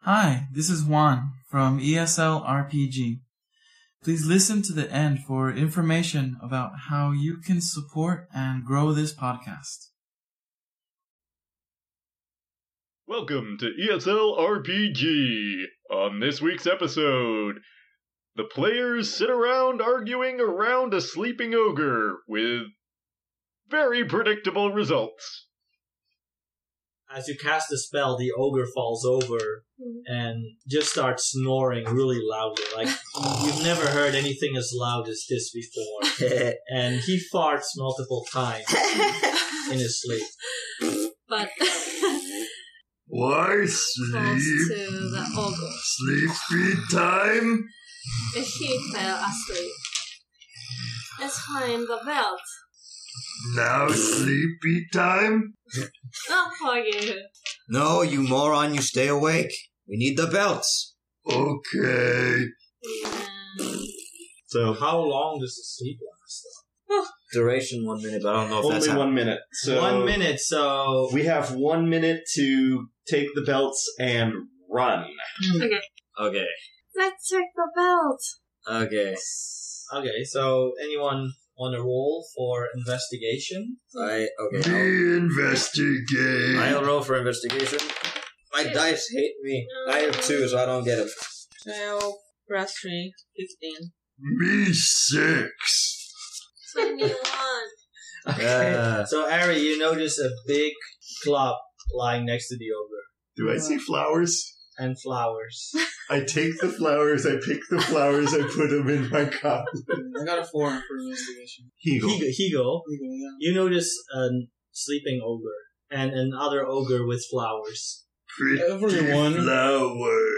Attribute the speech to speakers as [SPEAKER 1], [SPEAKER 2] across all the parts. [SPEAKER 1] Hi, this is Juan from E ESL RPG. Please listen to the end for information about how you can support and grow this podcast.
[SPEAKER 2] Welcome to E ESL RPG. On this week's episode, the players sit around arguing around a sleeping ogre with very predictable results.
[SPEAKER 3] As you cast the spell, the ogre falls over and just starts snoring really loudly. Like you've never heard anything as loud as this before. And he farts multiple times in his sleep.
[SPEAKER 4] but
[SPEAKER 5] Why
[SPEAKER 4] falls
[SPEAKER 5] sleep?
[SPEAKER 4] to the ogre.
[SPEAKER 5] Sleepy time?
[SPEAKER 4] And he fell asleep. Let's find the belt.
[SPEAKER 5] Now sleepy time?
[SPEAKER 4] Not for you.
[SPEAKER 6] No, you moron, you stay awake. We need the belts.
[SPEAKER 5] Okay.
[SPEAKER 4] And
[SPEAKER 3] So how long does the sleep last?
[SPEAKER 6] Duration one minute, but I don't know if that's
[SPEAKER 7] Only
[SPEAKER 6] how-
[SPEAKER 7] one minute. So
[SPEAKER 3] One minute. So
[SPEAKER 7] We have one minute to take the belts and run.
[SPEAKER 6] Okay.
[SPEAKER 4] let's check the belt.
[SPEAKER 6] Okay.
[SPEAKER 3] okay. So anyone on a roll for investigation?
[SPEAKER 6] I
[SPEAKER 5] Me
[SPEAKER 6] okay. I'll, I'll
[SPEAKER 5] investigate.
[SPEAKER 6] roll for investigation. My dice hate me. I have two, so I don't get it.
[SPEAKER 8] 12, plus 3, 15.
[SPEAKER 5] Me six.
[SPEAKER 4] Twenty-one.
[SPEAKER 6] Uh,
[SPEAKER 3] So Ari, you notice a big club lying next to the ogre
[SPEAKER 5] Do I see flowers?
[SPEAKER 3] and flowers.
[SPEAKER 5] I take the flowers, I pick the flowers, I put them in my cup.
[SPEAKER 9] I got a four for investigation.
[SPEAKER 5] Eagle.
[SPEAKER 3] Higo, Higo,
[SPEAKER 9] Legal, yeah.
[SPEAKER 3] you notice a sleeping ogre and another ogre with flowers.
[SPEAKER 5] Pretty
[SPEAKER 9] Everyone.
[SPEAKER 5] flower.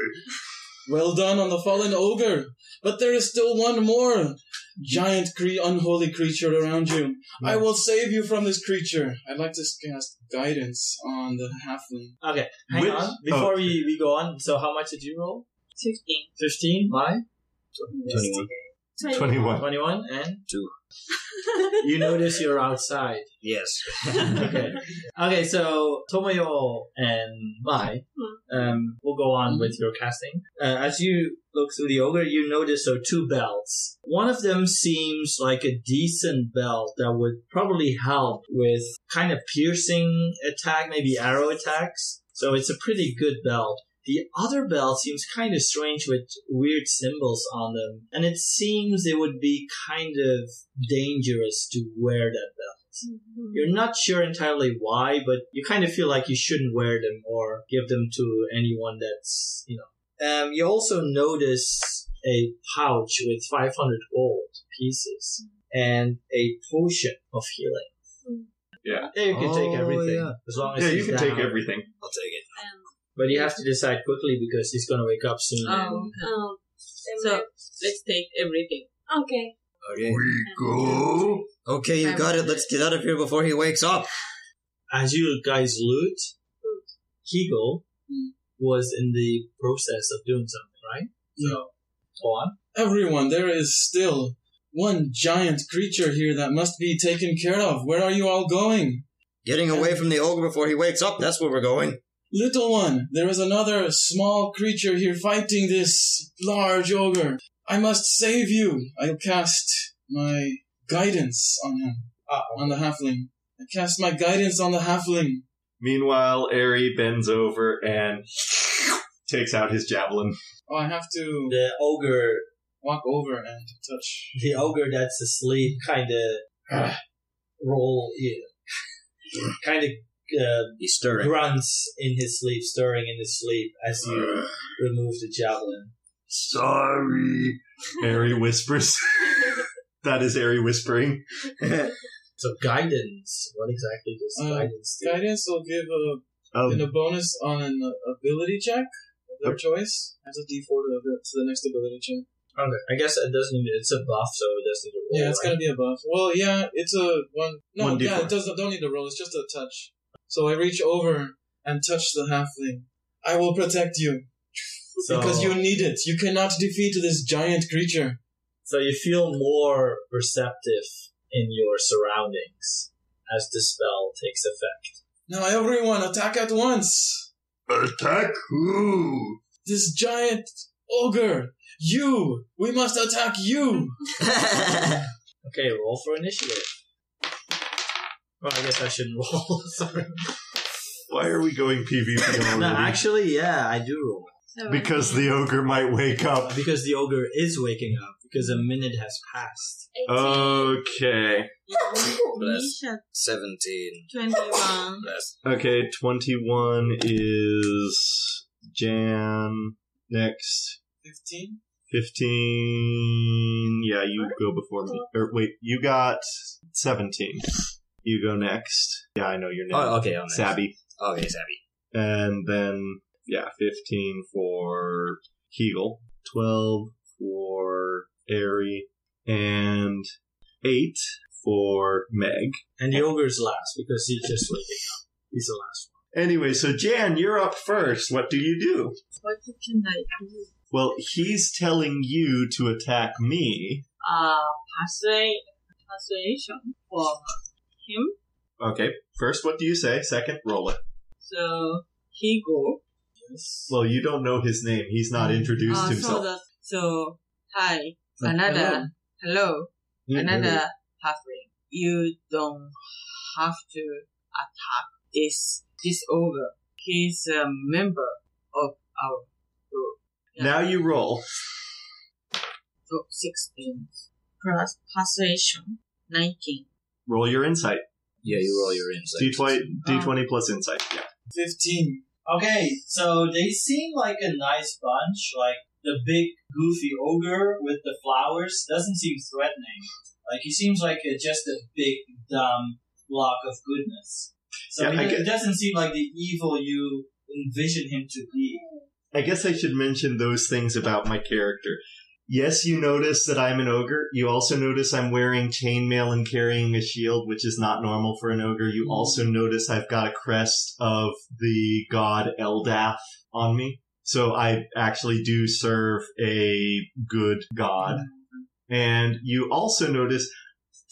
[SPEAKER 9] Well done on the fallen ogre. But there is still one more giant cre- unholy creature around you. I will save you from this creature. I'd like to cast guidance on the halfling.
[SPEAKER 3] Okay, hang
[SPEAKER 5] Which- Oh.
[SPEAKER 3] on. Before we, we go on, so how much did you roll?
[SPEAKER 8] 15.
[SPEAKER 3] 15? Why?
[SPEAKER 6] 21.
[SPEAKER 5] Twenty-one.
[SPEAKER 3] 21 and?
[SPEAKER 6] Two.
[SPEAKER 3] you notice you're outside.
[SPEAKER 6] Yes.
[SPEAKER 3] Okay. okay, so Tomoyo and Mai, um, we'll go on with your casting. Uh, as you look through the ogre, you notice there are two belts. One of them seems like a decent belt that would probably help with kind of piercing attack, maybe arrow attacks. So it's a pretty good belt. The other belt seems kind of strange with weird symbols on them, and it seems it would be kind of dangerous to wear that belt.
[SPEAKER 8] Mm-hmm.
[SPEAKER 3] You're not sure entirely why, but you kind of feel like you shouldn't wear them or give them to anyone that's, you know. Um, you also notice a pouch with 500 gold pieces and a potion of healing.
[SPEAKER 7] Yeah.
[SPEAKER 3] Yeah, you can take
[SPEAKER 6] Oh,
[SPEAKER 3] everything
[SPEAKER 6] yeah.
[SPEAKER 3] as long as
[SPEAKER 7] Yeah, you
[SPEAKER 3] he's
[SPEAKER 7] can take
[SPEAKER 3] down.
[SPEAKER 7] everything.
[SPEAKER 6] I'll take it.
[SPEAKER 4] Um,
[SPEAKER 3] But you have to decide quickly because he's going to wake up soon.
[SPEAKER 8] Oh,
[SPEAKER 4] oh,
[SPEAKER 8] So- let's take everything.
[SPEAKER 4] okay.
[SPEAKER 6] Okay.
[SPEAKER 5] We go.
[SPEAKER 6] Okay, you got it. Let's get out of here before he wakes up.
[SPEAKER 3] as you guys loot, Kegel was in the process of doing something, right? So, go on.
[SPEAKER 9] Everyone, there is still one giant creature here that must be taken care of. Where are you all going?
[SPEAKER 6] Getting away from the ogre before he wakes up. That's where we're going.
[SPEAKER 9] Little one, there is another small creature here fighting this large ogre. I must save you. I'll cast my guidance on him. on the halfling. I cast my guidance on the halfling.
[SPEAKER 7] Meanwhile, Ari bends over and takes out his javelin.
[SPEAKER 9] Oh, I have to
[SPEAKER 3] The ogre
[SPEAKER 9] walk over and touch.
[SPEAKER 3] the ogre that's asleep kind of roll, kind of uh,
[SPEAKER 6] He's stirring.
[SPEAKER 3] grunts in his sleep, stirring in his sleep as you remove the javelin.
[SPEAKER 5] Sorry.
[SPEAKER 7] Ari whispers. that is Ari whispering.
[SPEAKER 3] So guidance. What exactly does
[SPEAKER 9] Uh,
[SPEAKER 3] guidance do?
[SPEAKER 9] Guidance will give a,
[SPEAKER 7] Um,
[SPEAKER 9] an- a bonus on an ability check of their choice. Adds a d4 to the, to the next ability check.
[SPEAKER 3] Okay, I guess it doesn't. Need, it's a buff, so it doesn't need to roll.
[SPEAKER 9] Yeah, it's
[SPEAKER 3] right?
[SPEAKER 9] gonna be a buff. Well, yeah, it's a one. No,
[SPEAKER 7] One
[SPEAKER 9] yeah,
[SPEAKER 7] d4.
[SPEAKER 9] it doesn't. Don't need to roll. It's just a touch. So I reach over and touch the halfling. I will protect you
[SPEAKER 3] so,
[SPEAKER 9] because you need it. You cannot defeat this giant creature.
[SPEAKER 3] So you feel more receptive in your surroundings as the spell takes effect.
[SPEAKER 9] Now, everyone, attack at once.
[SPEAKER 5] Attack who?
[SPEAKER 9] this giant ogre. You! We must attack you!
[SPEAKER 3] Okay, roll for initiative. Well, I guess I shouldn't roll. Sorry.
[SPEAKER 7] Why are we going PvP
[SPEAKER 6] Oh,
[SPEAKER 7] already?
[SPEAKER 3] No, actually, yeah, I do roll.
[SPEAKER 4] So-
[SPEAKER 7] because the ogre might wake up.
[SPEAKER 3] Because the ogre is waking up, because a minute has passed.
[SPEAKER 7] uh, Okay.
[SPEAKER 8] Nisha
[SPEAKER 6] 17.
[SPEAKER 8] 21.
[SPEAKER 6] Bless.
[SPEAKER 7] Okay, 21 is Jan. Next,
[SPEAKER 1] 15?
[SPEAKER 7] 15. Yeah, you go before me. Or wait, you got 17. You go next. Yeah, I know your name.
[SPEAKER 6] Oh, okay, I'm next.
[SPEAKER 7] Sabby.
[SPEAKER 6] Okay, Savvy.
[SPEAKER 7] And then, yeah, 15 for Kegel, 12 for Airy, and 8 for Meg.
[SPEAKER 3] And the ogre's last, because he's just waking up. He's the last
[SPEAKER 7] Anyway, so Jan, you're up first. What do you do?
[SPEAKER 8] What can I do?
[SPEAKER 7] Well, he's telling you to attack me.
[SPEAKER 8] Uh, persuade, persuasion for him.
[SPEAKER 7] Okay, first, what do you say? Second, roll it.
[SPEAKER 8] So he go.
[SPEAKER 7] Well, you don't know his name. He's not introduced
[SPEAKER 4] Oh,
[SPEAKER 8] Uh, so
[SPEAKER 7] himself.
[SPEAKER 8] the so hi another hello,
[SPEAKER 7] Mm,
[SPEAKER 8] another halfling. You don't have to attack this this ogre. He's a member of our group. Yeah.
[SPEAKER 7] Now you roll.
[SPEAKER 8] So sixteen plus persuasion nineteen.
[SPEAKER 7] Roll your insight.
[SPEAKER 6] Yeah, you roll your insight.
[SPEAKER 7] D20, D20 plus insight. Yeah.
[SPEAKER 1] 15.
[SPEAKER 3] Okay, so they seem like a nice bunch. Like the big goofy ogre with the flowers doesn't seem threatening. Like he seems like a, just a big dumb block of goodness. So
[SPEAKER 7] Yeah,
[SPEAKER 3] he
[SPEAKER 7] I
[SPEAKER 3] do-
[SPEAKER 7] get-
[SPEAKER 3] it doesn't seem like the evil you envision him to be.
[SPEAKER 7] I guess I should mention those things about my character. Yes, you notice that I'm an ogre. You also notice I'm wearing chainmail and carrying a shield, which is not normal for an ogre. You also notice I've got a crest of the god Eldath on me. So I actually do serve a good god. And you also notice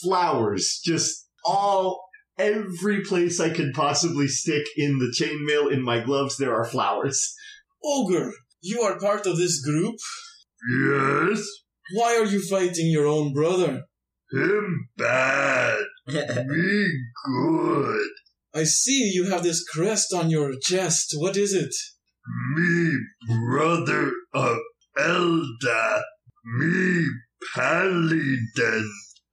[SPEAKER 7] flowers just all every place I could possibly stick in the chainmail in my gloves there are flowers.
[SPEAKER 9] Ogre, you are part of this group.
[SPEAKER 5] Yes,
[SPEAKER 9] Why are you fighting your own brother?
[SPEAKER 5] him bad, me good,
[SPEAKER 9] I see you have this crest on your chest. What is it?
[SPEAKER 5] me brother of Elda, me paladin.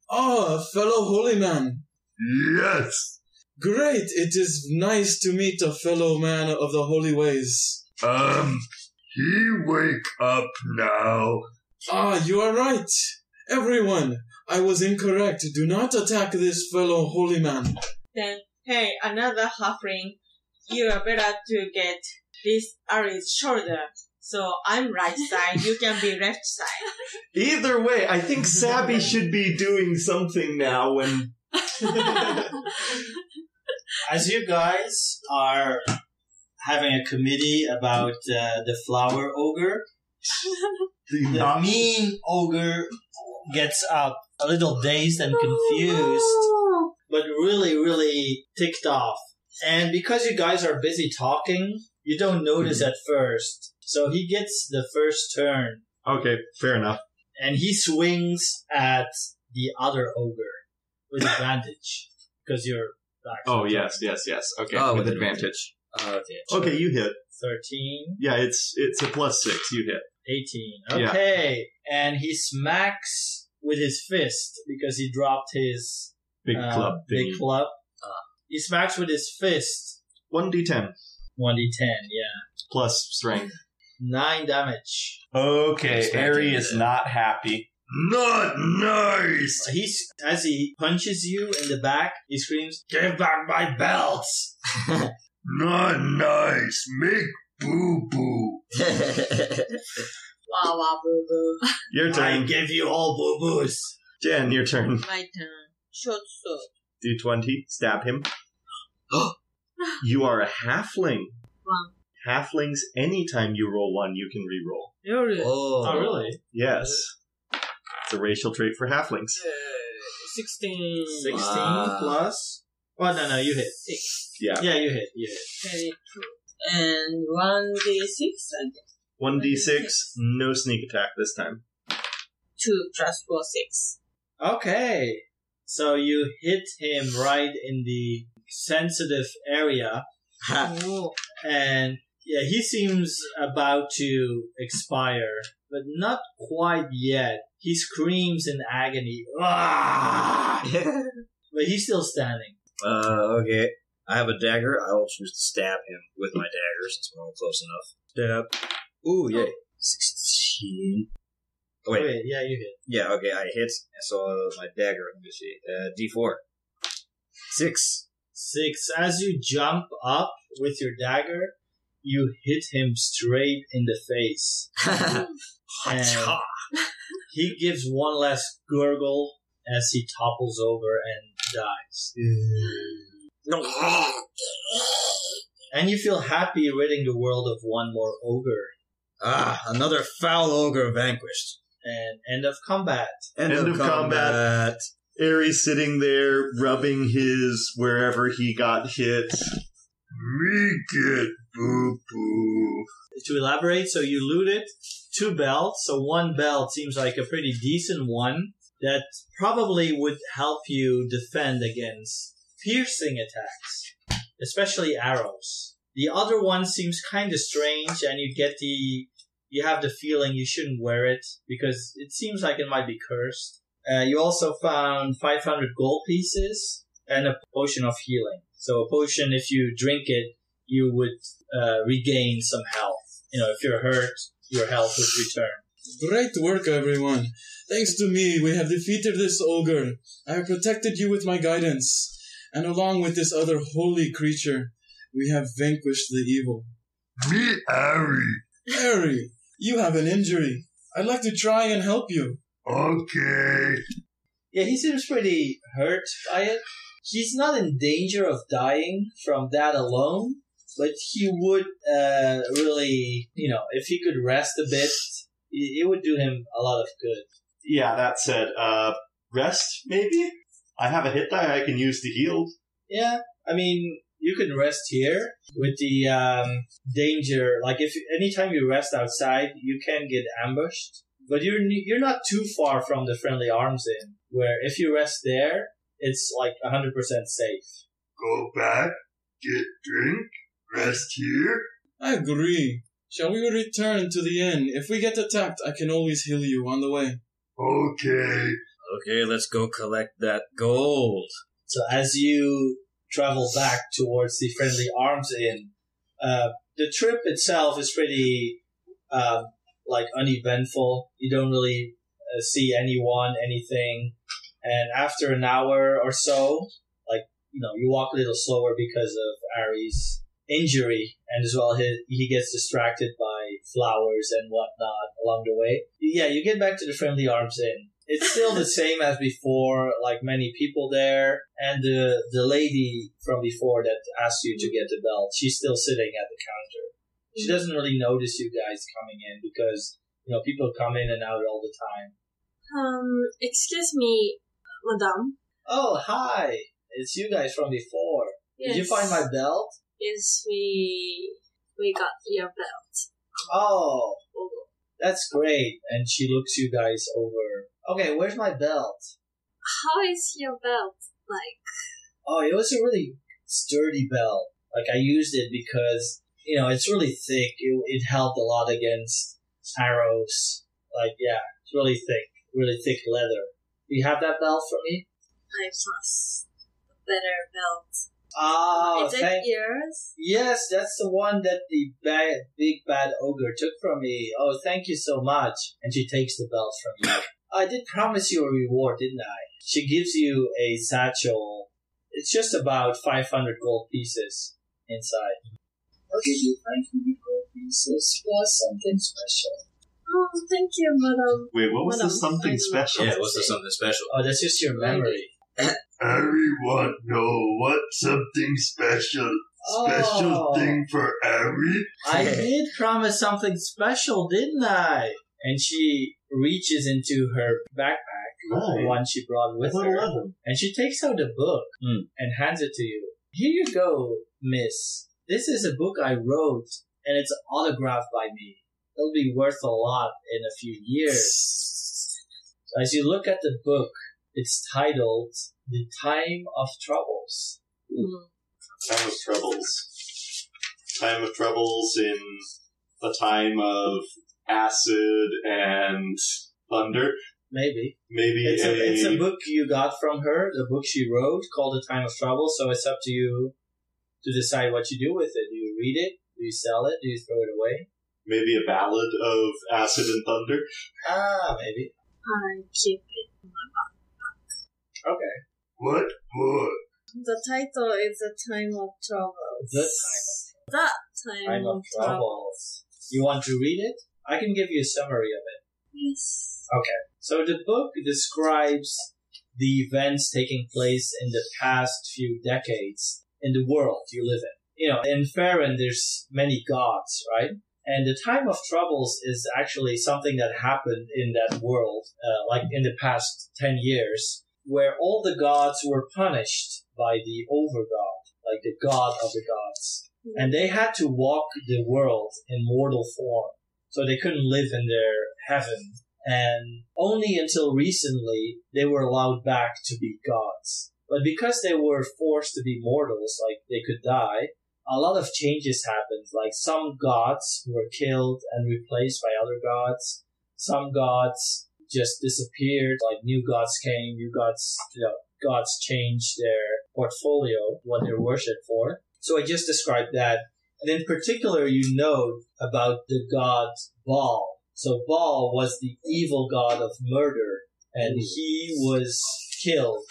[SPEAKER 9] Ah, fellow holy man.
[SPEAKER 5] Yes,
[SPEAKER 9] Great, it is nice to meet a fellow man of the holy ways.
[SPEAKER 5] um, he wake up now.
[SPEAKER 9] Ah, you are right. Everyone, I was incorrect. Do not attack this fellow holy man.
[SPEAKER 8] Then hey another halfling. You are better to get this Aries shoulder. So I'm right side. You can be left side.
[SPEAKER 7] Either way, I think Sabby should be doing something now when
[SPEAKER 3] As you guys are having a committee about uh, the flower ogre,
[SPEAKER 7] the
[SPEAKER 3] the mean ogre gets up a little dazed and confused. but really, really ticked off. And because you guys are busy talking, you don't notice
[SPEAKER 7] Mm-hmm.
[SPEAKER 3] at first. So he gets the first turn
[SPEAKER 7] Okay, fair enough.
[SPEAKER 3] and he swings at the other ogre with advantage because you're back.
[SPEAKER 7] Oh yes, yes, yes. Okay,
[SPEAKER 6] Oh,
[SPEAKER 7] with
[SPEAKER 6] with
[SPEAKER 7] advantage.
[SPEAKER 6] Oh, okay.
[SPEAKER 7] Okay, you hit.
[SPEAKER 3] 13,
[SPEAKER 7] Yeah, it's it's a plus six. You hit.
[SPEAKER 3] 18.
[SPEAKER 7] Yeah.
[SPEAKER 3] Okay. And he smacks with his fist because he dropped his
[SPEAKER 7] Big
[SPEAKER 3] uh,
[SPEAKER 7] club.
[SPEAKER 3] Big club.
[SPEAKER 6] Ah.
[SPEAKER 3] He smacks with his fist.
[SPEAKER 7] One d ten
[SPEAKER 3] 1d10, yeah.
[SPEAKER 7] plus strength.
[SPEAKER 3] Nine damage.
[SPEAKER 7] Okay, Airy is not happy.
[SPEAKER 5] Not nice.
[SPEAKER 3] He's as he punches you in the back, he screams, "Give back my belt!"
[SPEAKER 5] Not nice. Make boo boo.
[SPEAKER 8] Wow wow boo boo.
[SPEAKER 7] Your
[SPEAKER 3] I
[SPEAKER 7] turn,
[SPEAKER 3] give you all boo boos.
[SPEAKER 7] Jen. Your turn.
[SPEAKER 8] My turn. Short sword.
[SPEAKER 7] D twenty. Stab him. you are a halfling.
[SPEAKER 8] Wow.
[SPEAKER 7] Halflings. Anytime you roll one, you can re-roll.
[SPEAKER 8] Really?
[SPEAKER 6] oh.
[SPEAKER 3] really?
[SPEAKER 7] Yes, it's a racial trait for halflings.
[SPEAKER 8] Uh, 16.
[SPEAKER 3] Sixteen
[SPEAKER 6] Wow.
[SPEAKER 3] plus. Oh no, no, you hit.
[SPEAKER 7] Yeah.
[SPEAKER 3] Yeah, you hit. You hit.
[SPEAKER 8] Very true. And 1d6, I guess.
[SPEAKER 7] 1d6, no sneak attack this time.
[SPEAKER 8] Two plus four six.
[SPEAKER 3] Okay. So you hit him right in the sensitive area, Ah.
[SPEAKER 8] Oh.
[SPEAKER 3] and yeah, he seems about to expire, but not quite yet. He screams in agony. "Ah!" But he's still standing.
[SPEAKER 6] Uh, okay. I have a dagger. I will choose to stab him with my dagger since we're all close enough. Stab. Ooh, yay. 16. Oh, wait.
[SPEAKER 3] Wait, Oh. yeah, you hit.
[SPEAKER 6] Yeah, okay, I hit. So uh, my dagger, let me see. Uh, D4. 6.
[SPEAKER 3] Six. As you jump up with your dagger, you hit him straight in the face. And he gives one last gurgle as he topples over and dies.
[SPEAKER 6] no.
[SPEAKER 3] And you feel happy ridding the world of one more ogre.
[SPEAKER 6] Ah, another foul ogre vanquished.
[SPEAKER 3] And end of combat.
[SPEAKER 7] End of combat. Ares sitting there, rubbing his wherever he got hit.
[SPEAKER 5] We get boo boo.
[SPEAKER 3] To elaborate, so you looted two belts. So one belt seems like a pretty decent one that probably would help you defend against piercing attacks, especially arrows. The other one seems kind of strange, and you get the you have the feeling you shouldn't wear it because it seems like it might be cursed. Uh, you also found 500 gold pieces and a potion of healing. So a potion, if you drink it, you would uh, regain some health. You know, if you're hurt, your health would return.
[SPEAKER 9] Great work, everyone. Thanks to me, we have defeated this ogre. I have protected you with my guidance, and along with this other holy creature, we have vanquished the evil.
[SPEAKER 5] Me Ari.
[SPEAKER 9] Harry, you have an injury. I'd like to try and help you.
[SPEAKER 5] Okay.
[SPEAKER 3] Yeah, he seems pretty hurt by it. He's not in danger of dying from that alone, but he would uh, really, you know, if he could rest a bit, it it would do him a lot of good.
[SPEAKER 7] Yeah, that said, uh, rest, maybe? I have a hit die I can use to heal.
[SPEAKER 3] Yeah, I mean, you can rest here with the um, danger. Like, if anytime you rest outside, you can get ambushed. But you're ne- you're not too far from the friendly arms in. Where if you rest there, it's like hundred percent safe.
[SPEAKER 5] Go back, get drink, rest here.
[SPEAKER 9] I agree. Shall we return to the inn? If we get attacked, I can always heal you on the way.
[SPEAKER 5] Okay.
[SPEAKER 6] Okay, let's go collect that gold.
[SPEAKER 3] So as you travel back towards the Friendly Arms Inn, uh, the trip itself is pretty um, like uneventful. You don't really uh, see anyone, anything, and after an hour or so, like you know, you walk a little slower because of Ari's injury, and as well he he gets distracted by flowers and whatnot along the way. Yeah, you get back to the Friendly Arms Inn it's still the same as before, like many people there. And the the lady from before that asked you to get the belt, she's still sitting at the counter. She doesn't really notice you guys coming in because you know people come in and out all the time.
[SPEAKER 4] Um, excuse me, madame.
[SPEAKER 3] Oh hi, it's you guys from before.
[SPEAKER 4] Yes.
[SPEAKER 3] Did you find my belt?
[SPEAKER 4] Yes, we we got your belt.
[SPEAKER 3] Oh, that's great. And she looks you guys over. Okay, where's my belt?
[SPEAKER 4] How is your belt like?
[SPEAKER 3] Oh, it was a really sturdy belt. Like I used it because you know it's really thick. It, it helped a lot against arrows. Like yeah, it's really thick, really thick leather. Do you have that belt for me?
[SPEAKER 4] I plus a better belt.
[SPEAKER 3] Oh,
[SPEAKER 4] is it
[SPEAKER 3] thank.
[SPEAKER 4] yours?
[SPEAKER 3] Yes, that's the one that the bad, big bad ogre took from me. Oh, thank you so much. And she takes the belt from you. I did promise you a reward, didn't I? She gives you a satchel. It's just about 500 gold pieces inside. I'll give you 500 gold pieces plus something special.
[SPEAKER 4] Oh, thank you, madame.
[SPEAKER 7] Wait, what was
[SPEAKER 4] Well,
[SPEAKER 7] the something
[SPEAKER 4] I'm
[SPEAKER 7] special?
[SPEAKER 6] Yeah, what's this something special?
[SPEAKER 3] Oh, that's just your memory.
[SPEAKER 5] Ari want know what something special. Special
[SPEAKER 3] Oh.
[SPEAKER 5] thing for Ari?
[SPEAKER 3] I did promise something special, didn't I? And she reaches into her backpack, the
[SPEAKER 7] Right.
[SPEAKER 3] one she brought with
[SPEAKER 7] What
[SPEAKER 3] her.
[SPEAKER 7] level?
[SPEAKER 3] and she takes out a book
[SPEAKER 6] Hmm.
[SPEAKER 3] and hands it to you. Here you go, miss. This is a book I wrote, and it's autographed by me. It'll be worth a lot in a few years. So as you look at the book, it's titled The Time of Troubles.
[SPEAKER 7] Time of Troubles. Time of Troubles in the time of acid and thunder.
[SPEAKER 3] Maybe.
[SPEAKER 7] Maybe
[SPEAKER 3] It's a,
[SPEAKER 7] a,
[SPEAKER 3] it's a book you got from her, the book she wrote called The Time of Trouble, so it's up to you to decide what you do with it. Do you read it? Do you sell it? Do you throw it away?
[SPEAKER 7] maybe a ballad of acid and thunder.
[SPEAKER 3] Ah, maybe.
[SPEAKER 4] I keep it.
[SPEAKER 3] Okay.
[SPEAKER 5] What book?
[SPEAKER 4] The title is A Time of Troubles.
[SPEAKER 3] The Time
[SPEAKER 4] That
[SPEAKER 3] of, time
[SPEAKER 4] Time,
[SPEAKER 3] of Troubles. You want to read it? I can give you a summary of it.
[SPEAKER 4] Yes.
[SPEAKER 3] Okay. So the book describes the events taking place in the past few decades in the world you live in. You know, in Faerun, there's many gods, right? And the time of troubles is actually something that happened in that world, uh, like in the past 10 years, where all the gods were punished by the overgod, like the god of the gods. And they had to walk the world in mortal form. So they couldn't live in their heaven and only until recently they were allowed back to be gods. But because they were forced to be mortals, like they could die, a lot of changes happened. Like some gods were killed and replaced by other gods. Some gods just disappeared. Like new gods came, new gods, you know, gods changed their portfolio, what they're worshipped for. So I just described that. And in particular, you know about the god Baal. So Baal was the evil god of murder, and he was killed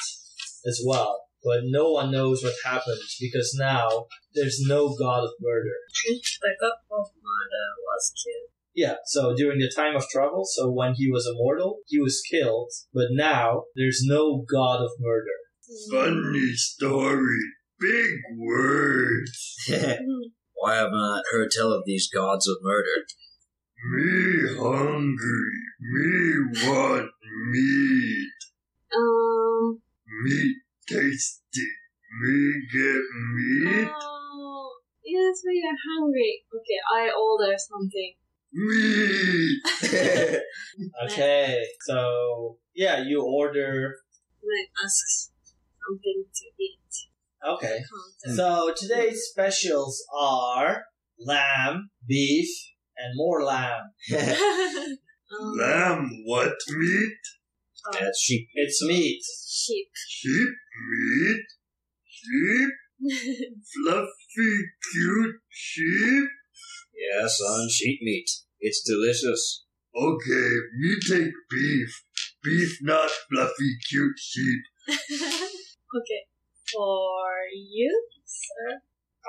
[SPEAKER 3] as well. But no one knows what happened because now there's no god of murder.
[SPEAKER 4] The God of Mother uh, was killed.
[SPEAKER 3] Yeah, so during the time of trouble, so when he was immortal, he was killed, but now there's no god of murder.
[SPEAKER 5] Funny story. Big words.
[SPEAKER 6] Why have not heard tell of these gods of murder?
[SPEAKER 5] Me hungry. Me want meat.
[SPEAKER 4] Um.
[SPEAKER 5] Meat tasty. Me get meat.
[SPEAKER 4] Oh, yes, we are hungry. Okay, I order something.
[SPEAKER 5] Meat.
[SPEAKER 3] Okay, so yeah, you order.
[SPEAKER 4] Like asks something to eat.
[SPEAKER 3] Okay.
[SPEAKER 4] Concept.
[SPEAKER 3] So today's specials are lamb, beef, and more lamb.
[SPEAKER 4] um,
[SPEAKER 5] Lamb what meat?
[SPEAKER 6] That's sheep.
[SPEAKER 3] It's meat.
[SPEAKER 4] Sheep.
[SPEAKER 5] Sheep meat? Sheep? Fluffy cute sheep?
[SPEAKER 6] Yeah, son, sheep meat. It's delicious.
[SPEAKER 5] Okay, me take beef. Beef not fluffy cute sheep.
[SPEAKER 4] okay, for you, sir.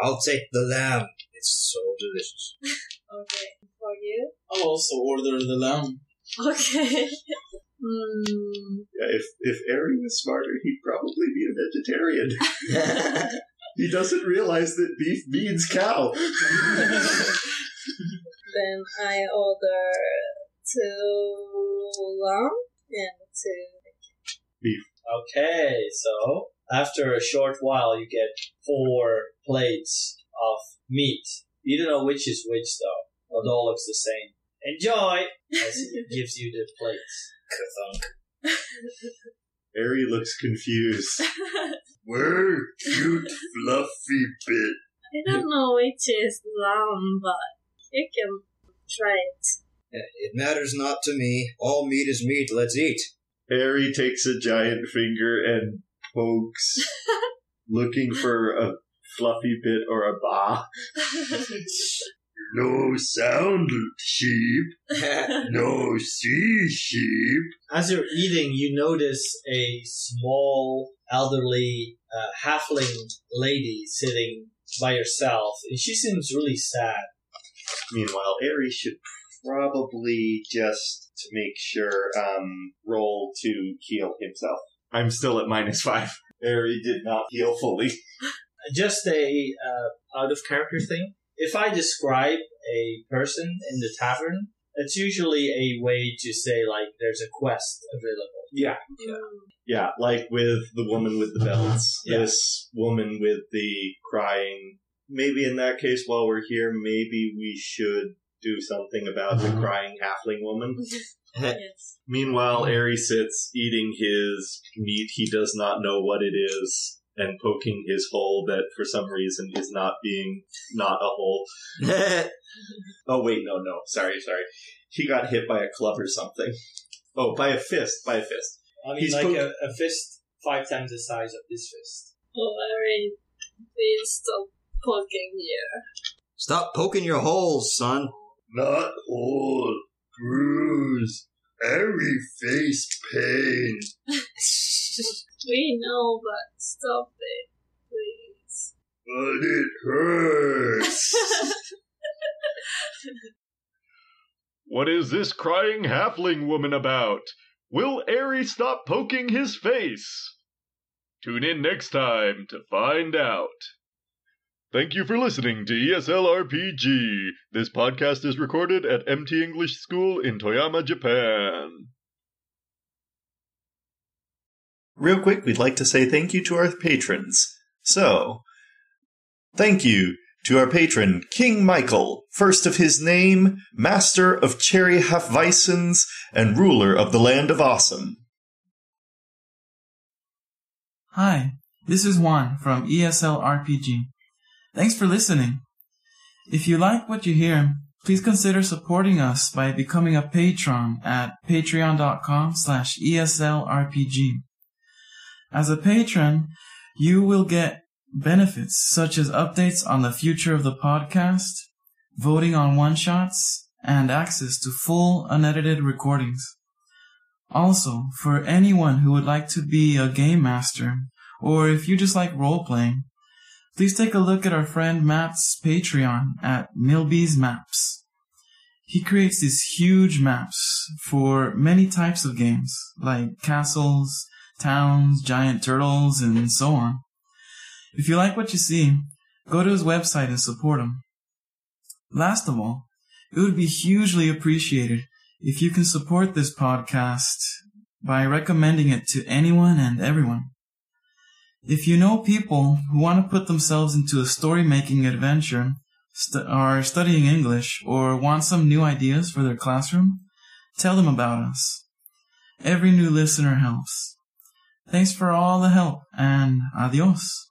[SPEAKER 6] I'll take the lamb. It's so delicious.
[SPEAKER 4] Okay, for you.
[SPEAKER 9] I'll also order the lamb.
[SPEAKER 4] Okay. Hmm.
[SPEAKER 7] Yeah, if if Ari was smarter, he'd probably be a vegetarian. he doesn't realize that beef means cow.
[SPEAKER 4] Then I order two lamb and two.
[SPEAKER 3] Okay, so after a short while, you get four plates of meat. You don't know which is which, though. It all looks the same. Enjoy! As he gives you the plates.
[SPEAKER 7] Ari looks confused.
[SPEAKER 5] Where cute fluffy bit?
[SPEAKER 4] I don't know which is lamb, but you can try it.
[SPEAKER 6] It matters not to me. All meat is meat. Let's eat.
[SPEAKER 7] Ari takes a giant finger and pokes, looking for a fluffy bit or a ba.
[SPEAKER 5] No sound sheep.
[SPEAKER 4] Hmm.
[SPEAKER 5] No see sheep.
[SPEAKER 3] As you're eating, you notice a small, elderly, uh, halfling lady sitting by herself, and she seems really sad.
[SPEAKER 7] Meanwhile, Ari should probably just to make sure um, roll to heal himself. I'm still at minus five. Ari did not heal fully.
[SPEAKER 3] just a uh, out of character thing. If I describe a person in the tavern, it's usually a way to say like there's a quest available.
[SPEAKER 7] Yeah, like with the woman with the belts.
[SPEAKER 3] Yeah.
[SPEAKER 7] This woman with the crying. Maybe in that case, while we're here, maybe we should do something about the crying halfling woman.
[SPEAKER 4] yes.
[SPEAKER 7] Meanwhile, Ari sits eating his meat. He does not know what it is and poking his hole that for some reason is not being not a hole. Oh, wait, no, no. Sorry, sorry. He got hit by a club or something. Oh, by a fist, by a fist.
[SPEAKER 3] I mean,
[SPEAKER 7] He's
[SPEAKER 3] like
[SPEAKER 7] poke-
[SPEAKER 3] a, a fist five times the size of this fist.
[SPEAKER 4] Oh, Larry, please stop poking here.
[SPEAKER 10] Stop poking your holes, son.
[SPEAKER 11] Not old, bruise, every face pain.
[SPEAKER 4] We know, but stop it, please.
[SPEAKER 11] But it hurts.
[SPEAKER 2] What is this crying halfling woman about? Will Airy stop poking his face? Tune in next time to find out. Thank you for listening to E ESL RPG. This podcast is recorded at MT English School in Toyama, Japan.
[SPEAKER 7] Real quick, we'd like to say thank you to our patrons. So, thank you to our patron, King Michael, first of his name, master of Cherry Halfweisens, and ruler of the land of awesome.
[SPEAKER 9] Hi, this is Juan from E ESL RPG. Thanks for listening. If you like what you hear, please consider supporting us by becoming a patron at patreon.com slash E ESLRPG. As a patron, you will get benefits such as updates on the future of the podcast, voting on one-shots, and access to full unedited recordings. Also, for anyone who would like to be a game master, or if you just like role playing, please take a look at our friend Matt's Patreon at Milby's Maps. He creates these huge maps for many types of games, like castles, towns, giant turtles, and so on. If you like what you see, go to his website and support him. Last of all, it would be hugely appreciated if you can support this podcast by recommending it to anyone and everyone. If you know people who want to put themselves into a story making adventure, st- are studying English, or want some new ideas for their classroom, tell them about us. Every new listener helps. Thanks for all the help and adios.